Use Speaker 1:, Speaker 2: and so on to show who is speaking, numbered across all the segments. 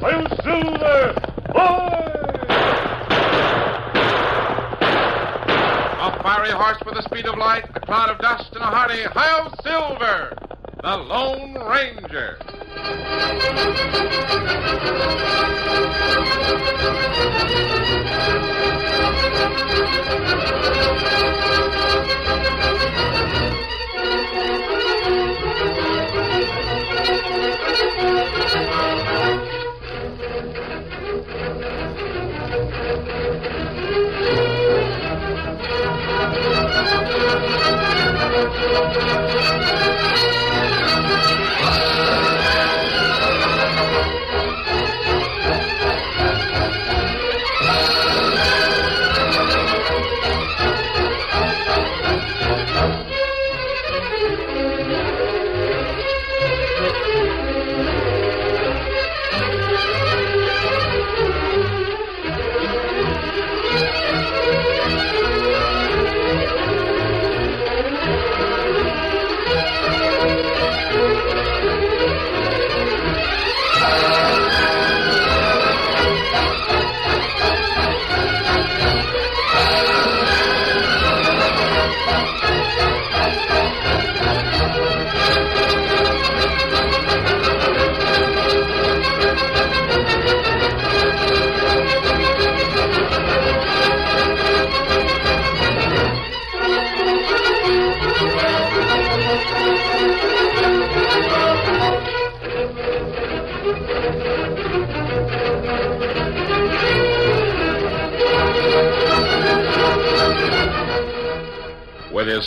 Speaker 1: Blue Silver, boy!
Speaker 2: A fiery horse with the speed of light, a cloud of dust, and a hearty high of silver. The Lone Ranger. With his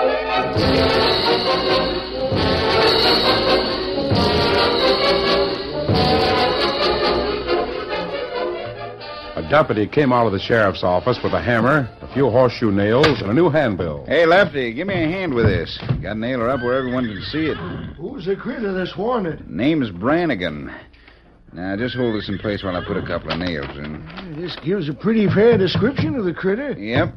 Speaker 2: A deputy came out of the sheriff's office with a hammer, a few horseshoe nails, and a new handbill.
Speaker 3: Hey, Lefty, give me a hand with this. Got to nail her up where everyone can see it.
Speaker 4: Who's the critter that's wanted?
Speaker 3: Name's Brannigan. Now, just hold this in place while I put a couple of nails in.
Speaker 4: This gives a pretty fair description of the critter.
Speaker 3: Yep.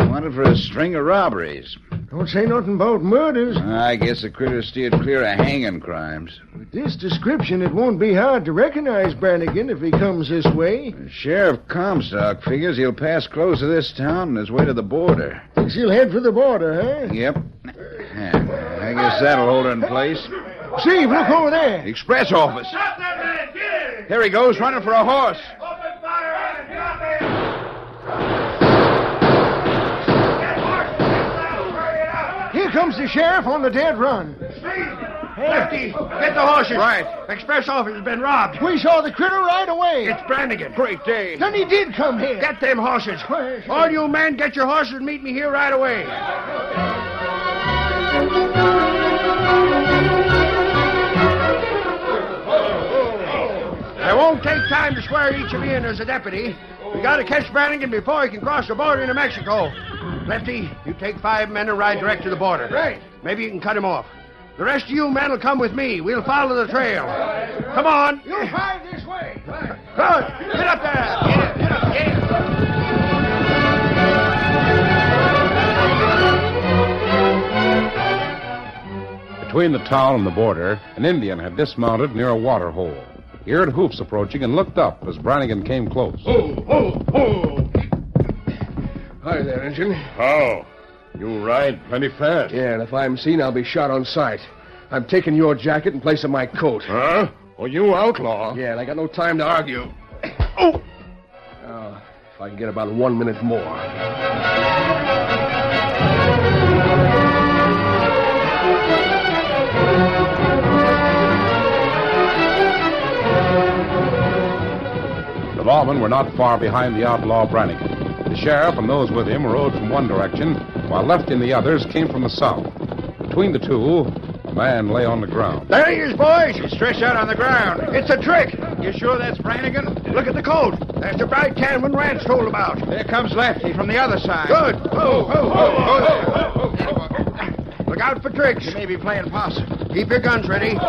Speaker 3: Wanted for a string of robberies.
Speaker 4: Don't say nothing about murders.
Speaker 3: I guess the critter steered clear of hanging crimes.
Speaker 4: With this description, it won't be hard to recognize Brannigan if he comes this way.
Speaker 3: Sheriff Comstock figures he'll pass close to this town on his way to the border.
Speaker 4: Thinks he'll head for the border, eh? huh?
Speaker 3: Yep. I guess that'll hold her in place.
Speaker 4: Steve, look over there.
Speaker 3: Express office.
Speaker 1: Stop that man! Get him!
Speaker 3: Here he goes, running for a horse.
Speaker 1: Open fire on him! Get out there!
Speaker 4: Here comes the sheriff on the dead run.
Speaker 5: Lefty, get the horses.
Speaker 3: Right.
Speaker 5: Express office has been robbed.
Speaker 4: We saw the critter right away.
Speaker 5: It's Brannigan.
Speaker 3: Great day.
Speaker 4: Then he did come here.
Speaker 5: Get them horses.
Speaker 4: Where is he?
Speaker 5: All you men, get your horses and meet me here right away. I won't take time to swear each of you in as a deputy. We gotta catch Brannigan before he can cross the border into Mexico. Lefty, you take five men and ride direct to the border.
Speaker 4: Right.
Speaker 5: Maybe you can cut him off. The rest of you men will come with me. We'll follow the trail. Come on.
Speaker 4: You find this way.
Speaker 5: Good. Get up there. Get up, get up, get up.
Speaker 2: Between the town and the border, an Indian had dismounted near a water hole. He heard hoofs approaching and looked up as Brannigan came close.
Speaker 6: Oh.
Speaker 5: Hi there, Injun.
Speaker 1: Oh, you ride plenty fast.
Speaker 5: Yeah, and if I'm seen, I'll be shot on sight. I'm taking your jacket in place of my coat.
Speaker 1: Huh? Oh, you outlaw?
Speaker 5: Yeah, and I got no time to argue. Oh! Now, if I can get about one minute more.
Speaker 7: Norman were not far behind the outlaw Brannigan. The sheriff and those with him rode from one direction, while Lefty and the others came from the south. Between the two, a man lay on the ground.
Speaker 5: There he is, boys. He's stretched out on the ground. It's a trick. You sure that's Brannigan? Look at the coat. That's the bright tan one Rance told about. There comes Lefty from the other side. Good. Ho, ho, ho, ho, ho. Look out for tricks. You may be playing possum. Keep your guns ready.
Speaker 4: Looks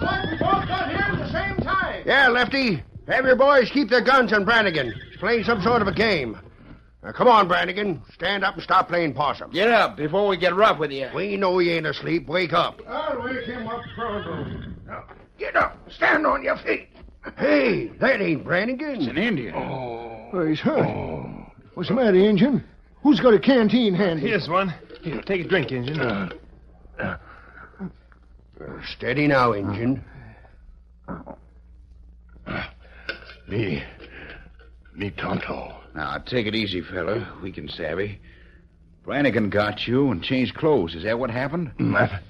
Speaker 4: like we both got here at the same time.
Speaker 5: Yeah, Lefty. Have your boys keep their guns on Brannigan. He's playing some sort of a game. Now, come on, Brannigan. Stand up and stop playing possum.
Speaker 6: Get up before we get rough with you.
Speaker 5: We know he ain't asleep. Wake up.
Speaker 8: I'll wake him up pronto.
Speaker 5: Now, get up. Stand on your feet. Hey, that ain't Brannigan.
Speaker 6: An Indian.
Speaker 8: Oh, he's hurt. What's the matter, Injun? Who's got a canteen handy?
Speaker 6: Here's one. Here, take a drink, Injun.
Speaker 5: Uh, Steady now, Injun.
Speaker 8: Uh,
Speaker 2: Me. Me tonto.
Speaker 9: Now, take it easy, fella. We can savvy. Brannigan got you and changed clothes. Is that what happened?
Speaker 2: That,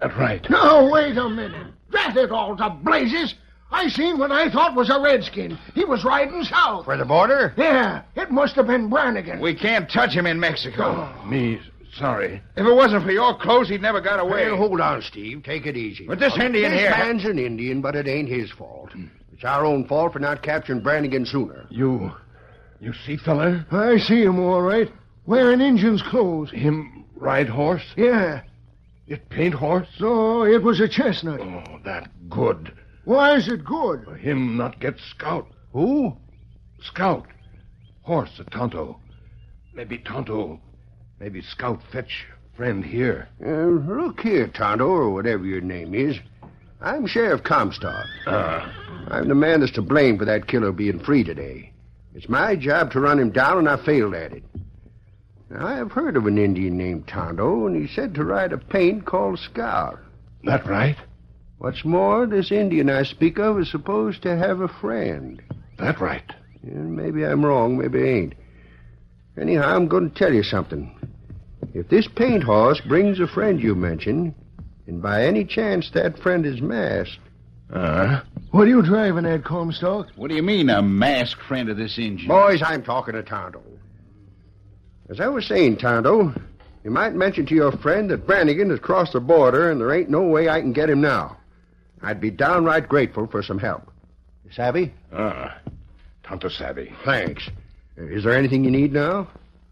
Speaker 2: that right.
Speaker 8: No, wait a minute. Drat it all to blazes. I seen what I thought was a redskin. He was riding south.
Speaker 5: For the border?
Speaker 8: Yeah, it must have been Brannigan.
Speaker 9: We can't touch him in Mexico.
Speaker 2: Me sorry.
Speaker 9: If it wasn't for your clothes, he'd never got away.
Speaker 5: Well, hold on, Steve. Take it easy.
Speaker 9: But this Indian
Speaker 5: this
Speaker 9: here-
Speaker 5: man's an Indian, but it ain't his fault. It's our own fault for not capturing Brannigan sooner.
Speaker 2: You. You see, fella?
Speaker 8: I see him all right, wearing Injun's clothes.
Speaker 2: Him ride horse?
Speaker 8: Yeah,
Speaker 2: It paint horse?
Speaker 8: no, Oh, it was a chestnut.
Speaker 2: Oh, that good.
Speaker 8: Why is it good?
Speaker 2: Him not get scout. Who? Scout. Horse, a tonto. Maybe tonto. Maybe scout fetch friend here.
Speaker 5: Uh, look here, Tonto, or whatever your name is. I'm Sheriff Comstock.
Speaker 2: Ah.
Speaker 5: I'm the man that's to blame for that killer being free today. It's my job to run him down, and I failed at it. Now, I have heard of an Indian named Tonto, and he's said to ride a paint called Scout.
Speaker 2: that right?
Speaker 5: What's more, this Indian I speak of is supposed to have a friend.
Speaker 2: That right.
Speaker 5: And maybe I'm wrong, maybe I ain't. Anyhow, I'm going to tell you something. If this paint horse brings a friend you mention, and by any chance that friend is masked,
Speaker 2: Uh,
Speaker 8: What are you driving at, Comstock?
Speaker 9: Uh-huh. What do you mean, a masked friend of this Indian?
Speaker 5: boys, I'm talking to Tonto. As I was saying, Tonto, you might mention to your friend that Brannigan has crossed the border and there ain't no way I can get him now. I'd be downright grateful for some help. You savvy?
Speaker 2: ah. Tonto savvy.
Speaker 5: Thanks. Is there anything you need now?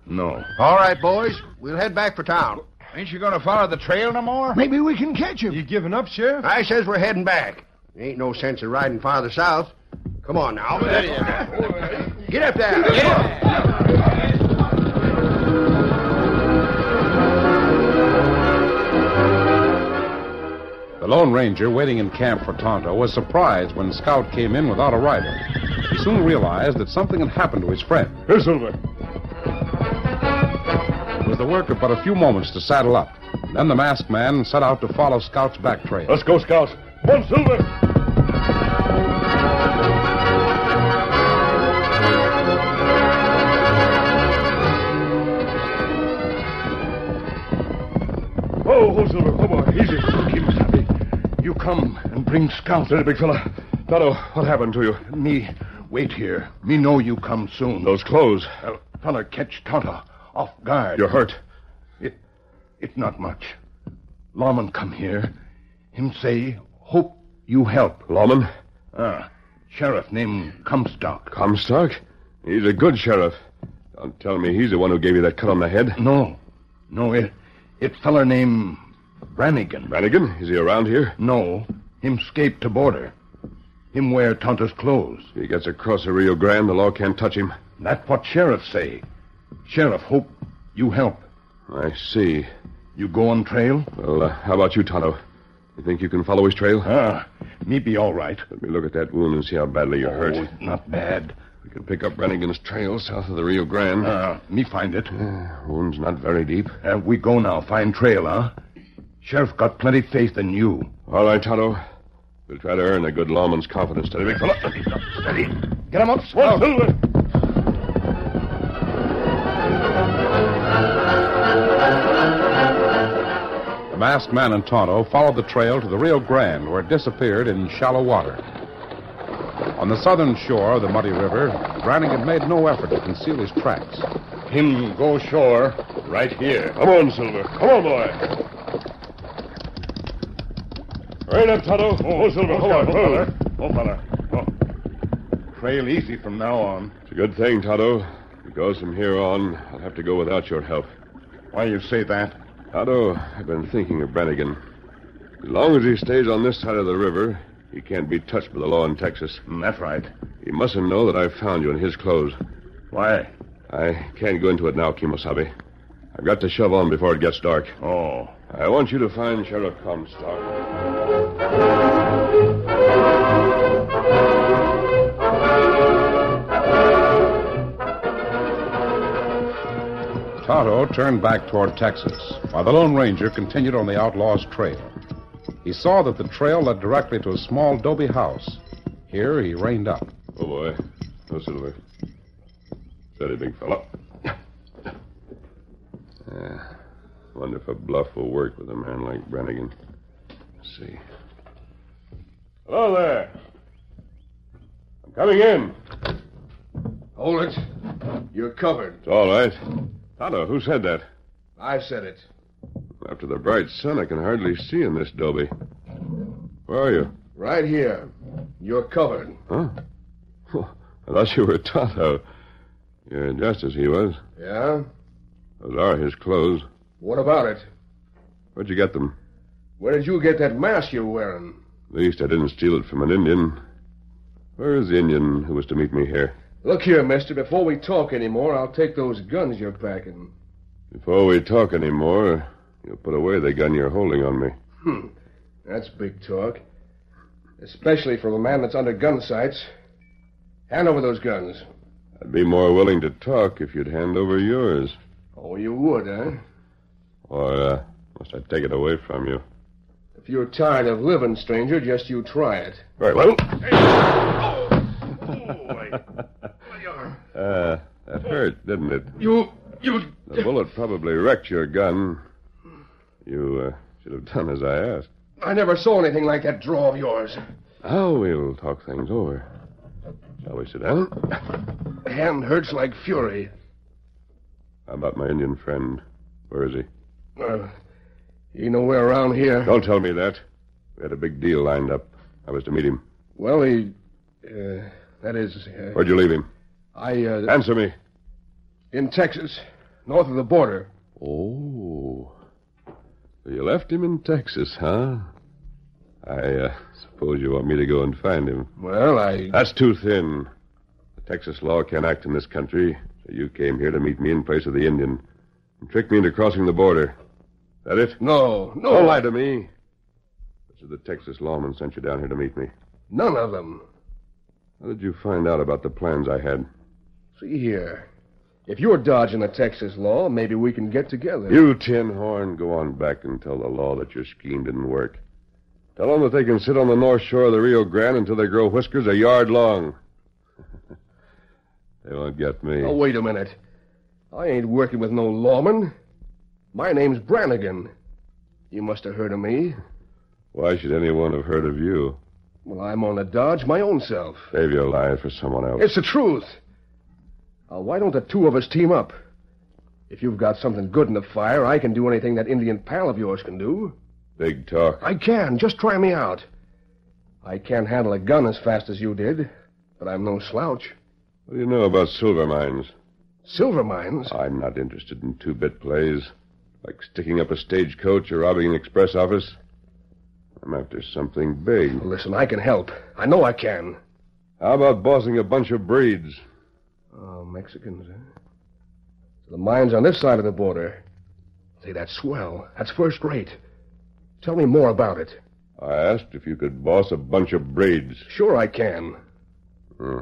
Speaker 2: No.
Speaker 5: All right, boys. We'll head back for town.
Speaker 9: Ain't you going to follow the trail no more?
Speaker 8: Maybe we can catch him.
Speaker 6: giving up, Sheriff?
Speaker 5: I says we're heading back. Ain't no sense in riding farther south. Come on now. Get up there.
Speaker 7: The Lone Ranger, waiting in camp for Tonto, was surprised when Scout came in without a rider. He soon realized that something had happened to his friend.
Speaker 2: Here, Silver.
Speaker 7: It was the work of but a few moments to saddle up. Then the masked man set out to follow Scout's back trail.
Speaker 2: Let's go, Scouts. One Silver. Oh, ho, Silver. Oh, boy. Easy. Keep him happy. You come and bring Scout, little big fella. Tonto, what happened to you? Me wait here. Me know you come soon. Those clothes. Well, fella catch Tonto off guard. You're hurt. It, it not much. Lawman come here. Him say, hope you help. Lawman? Ah, sheriff name Comstock.
Speaker 10: Comstock? He's a good sheriff. Don't tell me he's the one who gave you that cut on the head.
Speaker 2: no, no, it, it feller name Brannigan.
Speaker 10: Brannigan, is he around here?
Speaker 2: No, him scape to border. Him wear Tonto's clothes.
Speaker 10: If he gets across the Rio Grande, the law can't touch him.
Speaker 2: That what sheriff say. Sheriff hope you help.
Speaker 10: I see.
Speaker 2: You go on trail?
Speaker 10: Well, uh, how about you, Tonto? You think you can follow his trail?
Speaker 2: Ah, me be all right.
Speaker 10: Let me look at that wound and see how badly you're
Speaker 2: Oh,
Speaker 10: hurt.
Speaker 2: not bad.
Speaker 10: We can pick up Brannigan's trail south of the Rio Grande. Eh,
Speaker 2: Ah, me find it.
Speaker 10: Wound's not very deep.
Speaker 2: Uh, we go now, find trail, huh? Sheriff got plenty faith in you.
Speaker 10: All right, Tonto. We'll try to earn a good lawman's confidence today, big fella.
Speaker 2: Steady. Get him up, Swan Silver.
Speaker 7: The masked man and Tonto followed the trail to the Rio Grande, where it disappeared in shallow water.
Speaker 1: On the southern shore of the muddy river, Brannigan made no effort to conceal his tracks. Him go shore right here.
Speaker 2: Come on, Silver. Come on, boy. Right up, Tonto. Oh, Silver. Come on, fella.
Speaker 4: Oh, fella. Oh. Trail easy from now on.
Speaker 2: It's a good thing, Tonto, because from here on, I'll have to go without your help.
Speaker 4: Why you say that?
Speaker 2: Tonto, I've been thinking of Brannigan. As long as he stays on this side of the river, he can't be touched by the law in Texas.
Speaker 4: Mm, That's right.
Speaker 2: He mustn't know that I found you in his clothes.
Speaker 4: Why?
Speaker 2: I can't go into it now, Kimosabe. I've got to shove on before it gets dark.
Speaker 4: Oh.
Speaker 2: I want you to find Sheriff Comstock.
Speaker 1: Tonto turned back toward Texas, while the Lone Ranger continued on the outlaw's trail. He saw that the trail led directly to a small adobe house. Here he reined up.
Speaker 2: Oh, boy. No silver. Steady, big fella. Yeah. Wonder if a bluff will work with a man like Brannigan. Let's see. Hello there. I'm coming in.
Speaker 8: Hold it. You're covered.
Speaker 2: It's all right. Tonto, who said that?
Speaker 8: I said it.
Speaker 2: After the bright sun, I can hardly see in this dobe. Where are you?
Speaker 8: Right here. You're covered.
Speaker 2: Huh? I thought you were Tonto. You're just as he was.
Speaker 8: Yeah?
Speaker 2: Those are his clothes.
Speaker 8: What about it?
Speaker 2: Where'd you get them?
Speaker 8: Where did you get that mask you're wearing?
Speaker 2: At least I didn't steal it from an Indian. Where is the Indian who was to meet me here?
Speaker 8: Look here, mister. Before we talk any more, I'll take those guns you're packing.
Speaker 2: Before we talk any more, you'll put away the gun you're holding on me.
Speaker 8: Hmm. That's big talk. Especially from a man that's under gun sights. Hand over those guns.
Speaker 2: I'd be more willing to talk if you'd hand over yours.
Speaker 8: Oh, you would, huh?
Speaker 2: Or uh, must I take it away from you?
Speaker 8: If you're tired of living, stranger, just you try it.
Speaker 2: Very well.
Speaker 8: Well,
Speaker 2: Uh, that hurt, didn't it?
Speaker 8: You. You.
Speaker 2: The bullet probably wrecked your gun. You uh, should have done as I asked.
Speaker 8: I never saw anything like that draw of yours.
Speaker 2: Now we'll talk things over. Shall we sit down?
Speaker 8: Hand hurts like fury.
Speaker 2: How about my Indian friend? Where is he?
Speaker 8: Uh, you know we're around here.
Speaker 2: Don't tell me that. We had a big deal lined up. I was to meet him.
Speaker 8: Well, he. Uh, that is. Uh,
Speaker 2: Where'd you leave him?
Speaker 8: I. Uh,
Speaker 2: Answer me.
Speaker 8: In Texas, north of the border.
Speaker 2: Oh. So you left him in Texas, huh? I uh, suppose you want me to go and find him.
Speaker 8: Well, I.
Speaker 2: That's too thin. The Texas law can't act in this country, so you came here to meet me in place of the Indian and trick me into crossing the border. That it?
Speaker 8: No, no.
Speaker 6: Oh,
Speaker 2: Don't lie to me. Which of the Texas lawmen sent you down here to meet me?
Speaker 8: None of them.
Speaker 2: How did you find out about the plans I had?
Speaker 8: See here. If you're dodging a Texas law, maybe we can get together.
Speaker 2: You, Tin Horn, go on back and tell the law that your scheme didn't work. Tell them that they can sit on the north shore of the Rio Grande until they grow whiskers a yard long. they won't get me.
Speaker 8: Oh, wait a minute. I ain't working with no lawman. My name's Brannigan. You must have heard of me.
Speaker 2: Why should anyone have heard of you?
Speaker 8: Well, I'm on the dodge my own self.
Speaker 2: Save your lies for someone else.
Speaker 8: It's the truth. Now, why don't the two of us team up? If you've got something good in the fire, I can do anything that Indian pal of yours can do.
Speaker 2: Big talk.
Speaker 8: I can. Just try me out. I can't handle a gun as fast as you did, but I'm no slouch.
Speaker 2: What do you know about silver mines?
Speaker 8: Silver mines?
Speaker 2: I'm not interested in two bit plays, like sticking up a stagecoach or robbing an express office. I'm after something big.
Speaker 8: Listen, I can help. I know I can.
Speaker 2: How about bossing a bunch of breeds?
Speaker 8: Oh, Mexicans, huh? The mines on this side of the border. Say, that's swell. That's first rate. Tell me more about it.
Speaker 2: I asked if you could boss a bunch of breeds.
Speaker 8: Sure, I can.
Speaker 2: Hmm.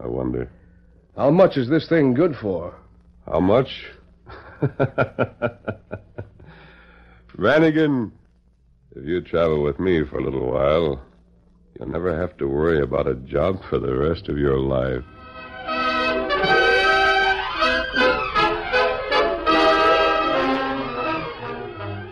Speaker 2: I wonder.
Speaker 8: How much is this thing good for?
Speaker 2: How much? Brannigan, if you travel with me for a little while, you'll never have to worry about a job for the rest of your life.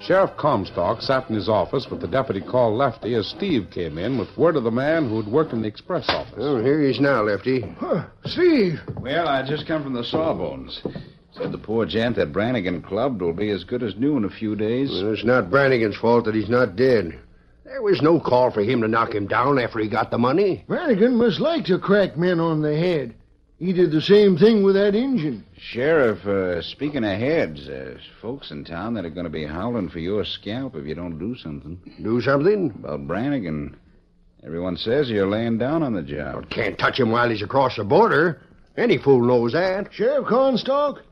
Speaker 11: Sheriff Comstock sat in his office with the deputy called Lefty as Steve came in with word of the man who'd worked in the express office.
Speaker 5: Well, here he is now, Lefty.
Speaker 8: Steve!
Speaker 12: Well, I just come from the Sawbones. Said the poor gent that Brannigan clubbed will be as good as new in a few days.
Speaker 5: Well, it's not Brannigan's fault that he's not dead. There was no call for him to knock him down after he got the money.
Speaker 8: Brannigan must like to crack men on the head. He did the same thing with that engine.
Speaker 12: Sheriff, uh, speaking of heads, there's folks in town that are going to be howling for your scalp if you don't do something.
Speaker 5: Do something?
Speaker 12: About Brannigan. Everyone says you're laying down on the job.
Speaker 5: Can't touch him while he's across the border. Any fool knows that.
Speaker 8: Sheriff Cornstalk,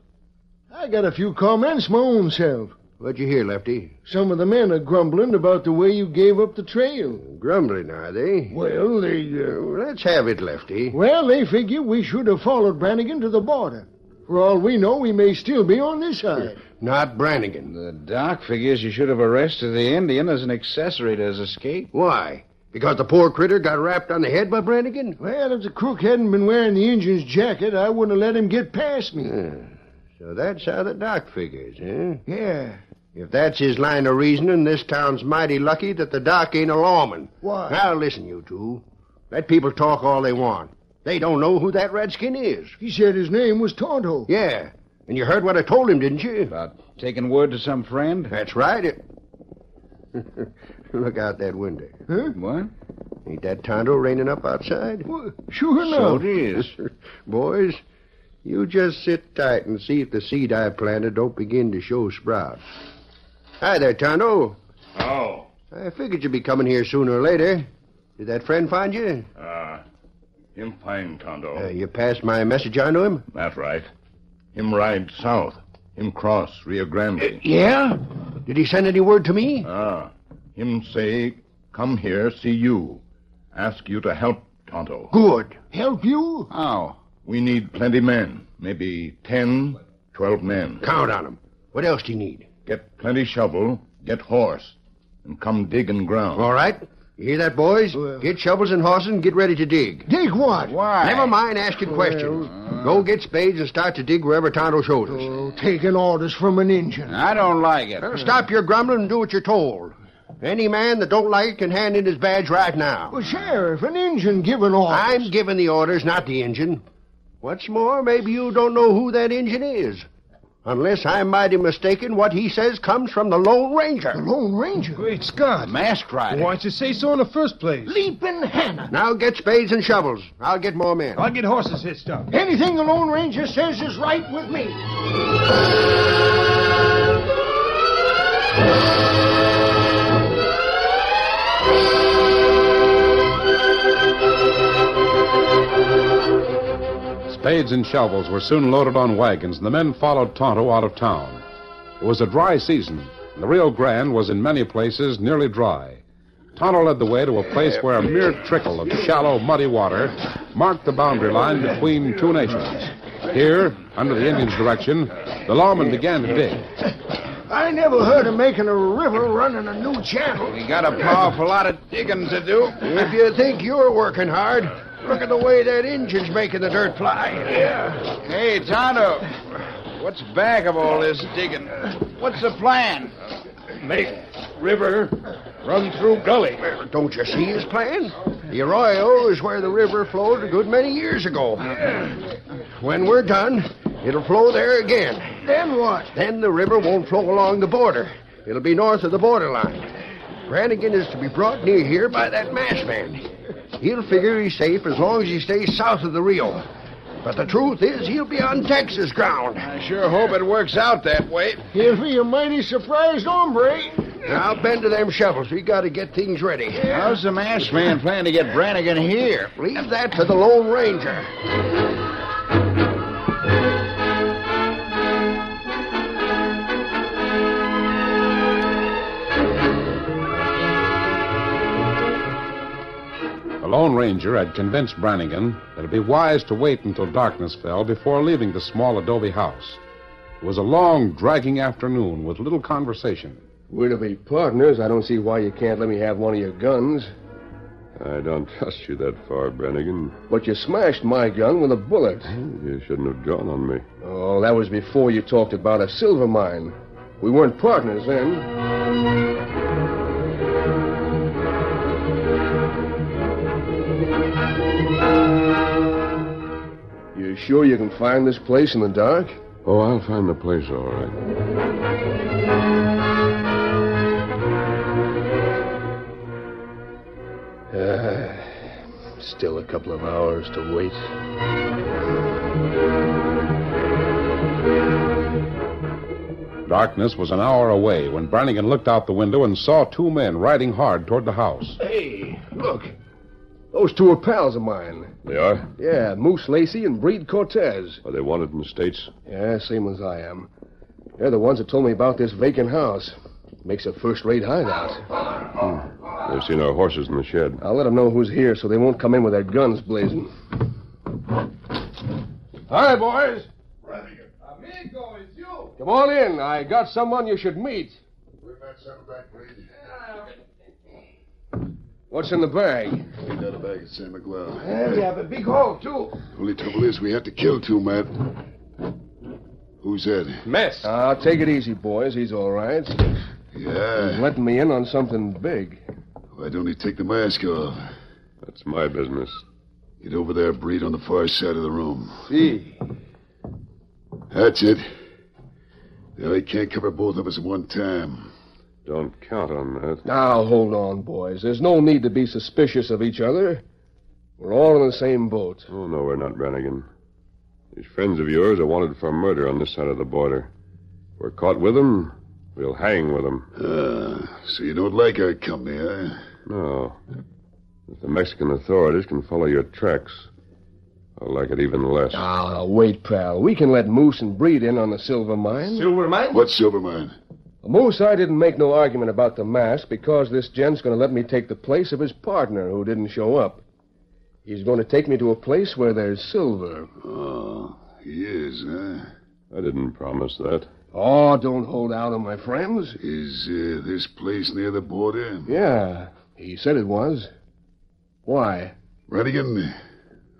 Speaker 8: I got a few comments my own self.
Speaker 5: What'd you hear, Lefty?
Speaker 8: Some of the men are grumbling about the way you gave up the trail.
Speaker 5: Grumbling, are they?
Speaker 8: Well, they.
Speaker 5: Uh, let's have it, Lefty.
Speaker 8: Well, they figure we should have followed Brannigan to the border. For all we know, we may still be on this side.
Speaker 5: Not Brannigan.
Speaker 12: The doc figures you should have arrested the Indian as an accessory to his escape.
Speaker 5: Why? Because the poor critter got wrapped on the head by Brannigan?
Speaker 8: Well, if the crook hadn't been wearing the Injun's jacket, I wouldn't have let him get past me.
Speaker 5: So that's how the doc figures, eh?
Speaker 8: Yeah.
Speaker 5: If that's his line of reasoning, this town's mighty lucky that the doc ain't a lawman.
Speaker 8: Why?
Speaker 5: Now, listen, you two. Let people talk all they want. They don't know who that redskin is.
Speaker 8: He said his name was Tonto.
Speaker 5: Yeah. And you heard what I told him, didn't you?
Speaker 12: About taking word to some friend?
Speaker 5: That's right. It... Look out that window.
Speaker 8: Huh?
Speaker 12: What?
Speaker 5: Ain't that Tonto raining up outside?
Speaker 8: Well, sure
Speaker 12: So
Speaker 8: enough.
Speaker 12: it is.
Speaker 5: Boys, you just sit tight and see if the seed I planted don't begin to show sprouts. Hi there, Tonto.
Speaker 13: Oh,
Speaker 5: I figured you'd be coming here sooner or later. Did that friend find you?
Speaker 13: uh, him fine, Tonto.
Speaker 5: Uh, you passed my message on to him?
Speaker 13: That's right. Him ride south. Him cross Rio Grande.
Speaker 5: Yeah? Did he send any word to me?
Speaker 13: Ah, him say, come here, see you. Ask you to help, Tonto.
Speaker 5: Good.
Speaker 8: Help you?
Speaker 13: How? We need plenty men. Maybe ten, twelve men.
Speaker 5: Count on him. What else do you need?
Speaker 13: Get plenty shovel, get horse, and come dig in ground.
Speaker 5: All right. You hear that, boys?
Speaker 8: Well-
Speaker 5: Get shovels and horses and get ready to dig.
Speaker 8: Dig what?
Speaker 12: Why?
Speaker 5: Never mind asking questions. Go get spades and start to dig wherever Tonto shows us.
Speaker 8: Oh, taking orders from an engine.
Speaker 12: I don't like it.
Speaker 5: Well, Stop your grumbling and do what you're told. Any man that don't like it can hand in his badge right now.
Speaker 8: Well, Sheriff, an engine giving orders.
Speaker 5: I'm giving the orders, not the engine. What's more, maybe you don't know who that engine is. Unless I'm mighty mistaken, what he says comes from the Lone Ranger.
Speaker 8: The Lone Ranger.
Speaker 14: Great Scott.
Speaker 12: Mask rider.
Speaker 14: Why'd you say so in the first place?
Speaker 8: Leaping Hannah.
Speaker 5: Now get spades and shovels. I'll get more men.
Speaker 14: I'll get horses hitched up.
Speaker 8: Anything the Lone Ranger says is right with me.
Speaker 11: Spades and shovels were soon loaded on wagons, and the men followed Tonto out of town. It was a dry season, and the Rio Grande was in many places nearly dry. Tonto led the way to a place where a mere trickle of shallow, muddy water marked the boundary line between two nations. Here, under the Indians' direction, the lawmen began to dig.
Speaker 8: I never heard of making a river running a new channel.
Speaker 12: We got a powerful lot of digging to do.
Speaker 5: If you think you're working hard, look at the way that engine's making the dirt fly.
Speaker 12: Hey, Tonto, what's back of all this digging? What's the plan?
Speaker 13: Make river run through gully.
Speaker 5: Don't you see his plan? The arroyo is where the river flowed a good many years ago. When we're done, it'll flow there again.
Speaker 8: Then what?
Speaker 5: Then the river won't flow along the border. It'll be north of the borderline. Brannigan is to be brought near here by that masked man. He'll figure he's safe as long as he stays south of the Rio. But the truth is, he'll be on Texas ground.
Speaker 12: I sure hope it works out that way.
Speaker 8: He'll be a mighty surprised hombre.
Speaker 5: Now bend to them shovels. We got to get things ready.
Speaker 12: How's the masked man plan to get Brannigan here?
Speaker 5: Leave that to the Lone Ranger.
Speaker 11: The
Speaker 15: Lone Ranger had convinced Brannigan that it'd be wise to wait until darkness fell before leaving the small adobe house. It was a long, dragging afternoon with little conversation.
Speaker 5: We're to be partners. I don't see why you can't let me have one of your guns.
Speaker 2: I don't trust you that far, Brannigan.
Speaker 5: But you smashed my gun with a bullet.
Speaker 2: You shouldn't have drawn on me.
Speaker 5: Oh, that was before you talked about a silver mine. We weren't partners then. You sure you can find this place in the dark?
Speaker 2: Oh, I'll find the place all right.
Speaker 5: Uh, still a couple of hours to wait.
Speaker 15: Darkness was an hour away when Brannigan looked out the window and saw two men riding hard toward the house.
Speaker 5: Hey, look. Those two are pals of mine.
Speaker 2: They are?
Speaker 5: Yeah, Moose Lacey and Breed Cortez.
Speaker 2: Are they wanted in the States?
Speaker 5: Yeah, same as I am. They're the ones that told me about this vacant house. Makes a first rate hideout.
Speaker 2: They've seen our horses in the shed.
Speaker 5: I'll let them know who's here so they won't come in with their guns blazing. Hi, boys.
Speaker 16: Amigo, it's you.
Speaker 5: Come on in. I got someone you should meet.
Speaker 16: We met some back lady.
Speaker 5: What's in the bag?
Speaker 17: We got a bag at San Miguel.
Speaker 8: but big hole, too.
Speaker 17: Only trouble is we had to kill two men. Who's that?
Speaker 5: Mess. Ah, take it easy, boys. He's all right.
Speaker 17: Yeah.
Speaker 5: He's letting me in on something big.
Speaker 17: Why don't he take the mask off?
Speaker 2: That's my business.
Speaker 17: Get over there, Breed, on the far side of the room.
Speaker 5: See?
Speaker 17: That's it. Now they can't cover both of us at one time.
Speaker 2: Don't count on that.
Speaker 5: Now, hold on, boys. There's no need to be suspicious of each other. We're all in the same boat.
Speaker 2: Oh, no, we're not, Brannigan. These friends of yours are wanted for murder on this side of the border. If we're caught with them, we'll hang with them.
Speaker 17: Ah, so you don't like our company, eh?
Speaker 2: No. If the Mexican authorities can follow your tracks, I'll like it even less.
Speaker 5: Now, now, wait, pal. We can let Moose and Breed in on the silver mine. Silver mine?
Speaker 17: What silver mine?
Speaker 5: Moose, I didn't make no argument about the mask because this gent's going to let me take the place of his partner who didn't show up. He's going to take me to a place where there's silver.
Speaker 17: Oh, he is, huh?
Speaker 2: I didn't promise that.
Speaker 5: Oh, don't hold out on my friends.
Speaker 17: Is uh, this place near the border?
Speaker 5: Yeah, he said it was. Why?
Speaker 17: Radigan, uh,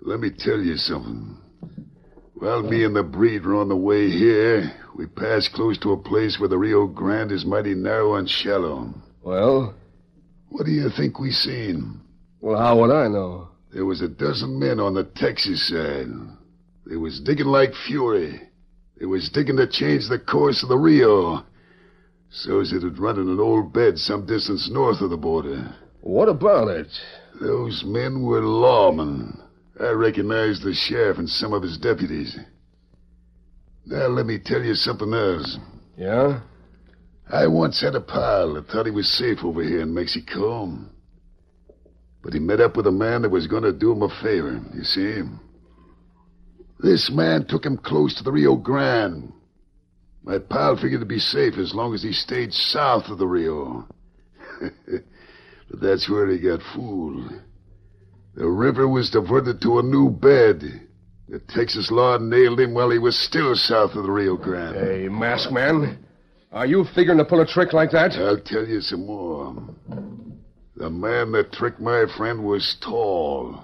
Speaker 17: let me tell you something. While me and the breed were on the way here, we passed close to a place where the Rio Grande is mighty narrow and shallow.
Speaker 5: Well?
Speaker 17: What do you think we seen?
Speaker 5: Well, how would I know?
Speaker 17: There was a dozen men on the Texas side. They was digging like fury. They was digging to change the course of the Rio. So's it had run in an old bed some distance north of the border.
Speaker 5: What about it?
Speaker 17: Those men were lawmen. I recognized the sheriff and some of his deputies. Now, let me tell you something else.
Speaker 5: Yeah?
Speaker 17: I once had a pal that thought he was safe over here in Mexico. But he met up with a man that was going to do him a favor, you see. This man took him close to the Rio Grande. My pal figured to be safe as long as he stayed south of the Rio. but that's where he got fooled. The river was diverted to a new bed. The Texas law nailed him while he was still south of the Rio Grande.
Speaker 5: Hey, mask man. Are you figuring to pull a trick like that?
Speaker 17: I'll tell you some more. The man that tricked my friend was tall.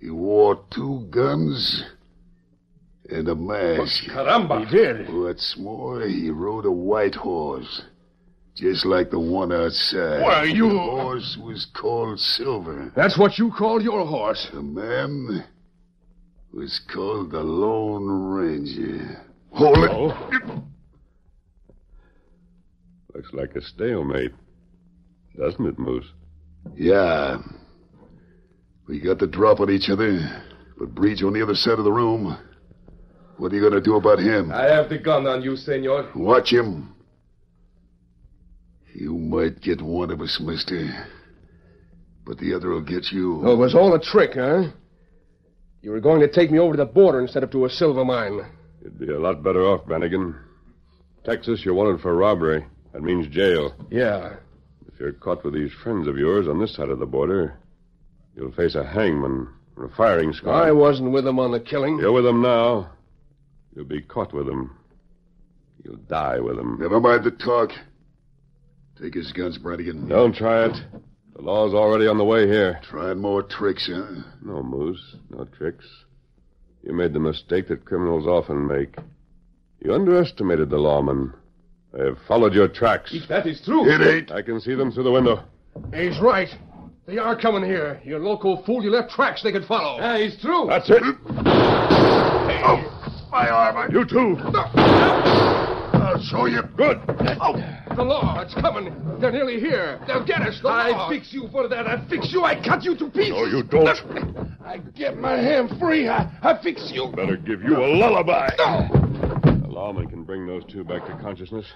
Speaker 17: He wore two guns and a mask.
Speaker 18: Caramba. He did.
Speaker 17: What's more, he rode a white horse, just like the one outside.
Speaker 18: Why, you-
Speaker 17: The horse was called Silver.
Speaker 5: That's what you call your horse.
Speaker 17: The man was called the Lone Ranger. Hold it.
Speaker 2: Looks like a stalemate. Doesn't it, Moose?
Speaker 17: Yeah. We got the drop on each other, but Breach on the other side of the room. What are you going to do about him?
Speaker 19: I have the gun on you, senor.
Speaker 17: Watch him. You might get one of us, mister. But the other will get you.
Speaker 5: Oh, it was all a trick, huh? You were going to take me over to the border instead of to a silver mine.
Speaker 2: You'd be a lot better off, Brannigan. Texas, you're wanted for robbery. That means jail.
Speaker 5: Yeah.
Speaker 2: If you're caught with these friends of yours on this side of the border, You'll face a hangman or a firing squad.
Speaker 20: I wasn't with him on the killing.
Speaker 2: You're with them now. You'll be caught with them. You'll die with them.
Speaker 17: Never mind the talk. Take his guns, Brannigan.
Speaker 2: Don't try it. The law's already on the way here.
Speaker 17: Trying more tricks, huh?
Speaker 2: No moves, no tricks. You made the mistake that criminals often make. You underestimated the lawmen. They have followed your tracks.
Speaker 21: If that is true.
Speaker 17: It ain't.
Speaker 2: I can see them through the window.
Speaker 5: He's right. They are coming here. You loco fool, you left tracks they could follow.
Speaker 21: That is true.
Speaker 2: That's it.
Speaker 17: My arm, I...
Speaker 2: You too.
Speaker 17: I'll show you.
Speaker 2: Good.
Speaker 5: The law, it's coming. They're nearly here. They'll get us. The
Speaker 21: I
Speaker 5: law.
Speaker 21: fix you for that. I fix you. I cut you to pieces.
Speaker 2: No, Oh, you don't.
Speaker 21: I get my hand free. I, I fix you.
Speaker 2: Better give you a lullaby. The lawman can bring those two back to consciousness.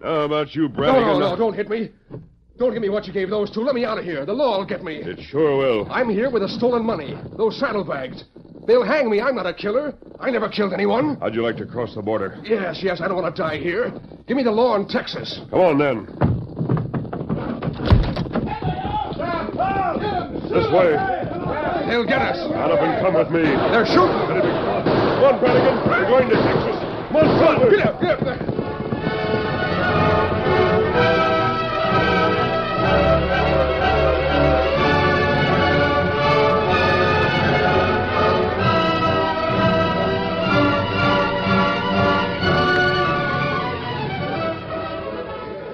Speaker 2: Now about you,
Speaker 5: No,
Speaker 2: Brannigan.
Speaker 5: no, no, don't hit me. Don't give me what you gave those two. Let me out of here. The law will get me.
Speaker 2: It sure will.
Speaker 5: I'm here with the stolen money, those saddlebags. They'll hang me. I'm not a killer. I never killed anyone.
Speaker 2: How'd you like to cross the border?
Speaker 5: Yes, yes, I don't want to die here. Give me the law in Texas.
Speaker 2: Come on, then. This way.
Speaker 5: They'll get us.
Speaker 2: Get up and come with me.
Speaker 5: They're shooting.
Speaker 2: Come on, Brannigan. We're going to Texas. Come on, son.
Speaker 5: Get up, get up.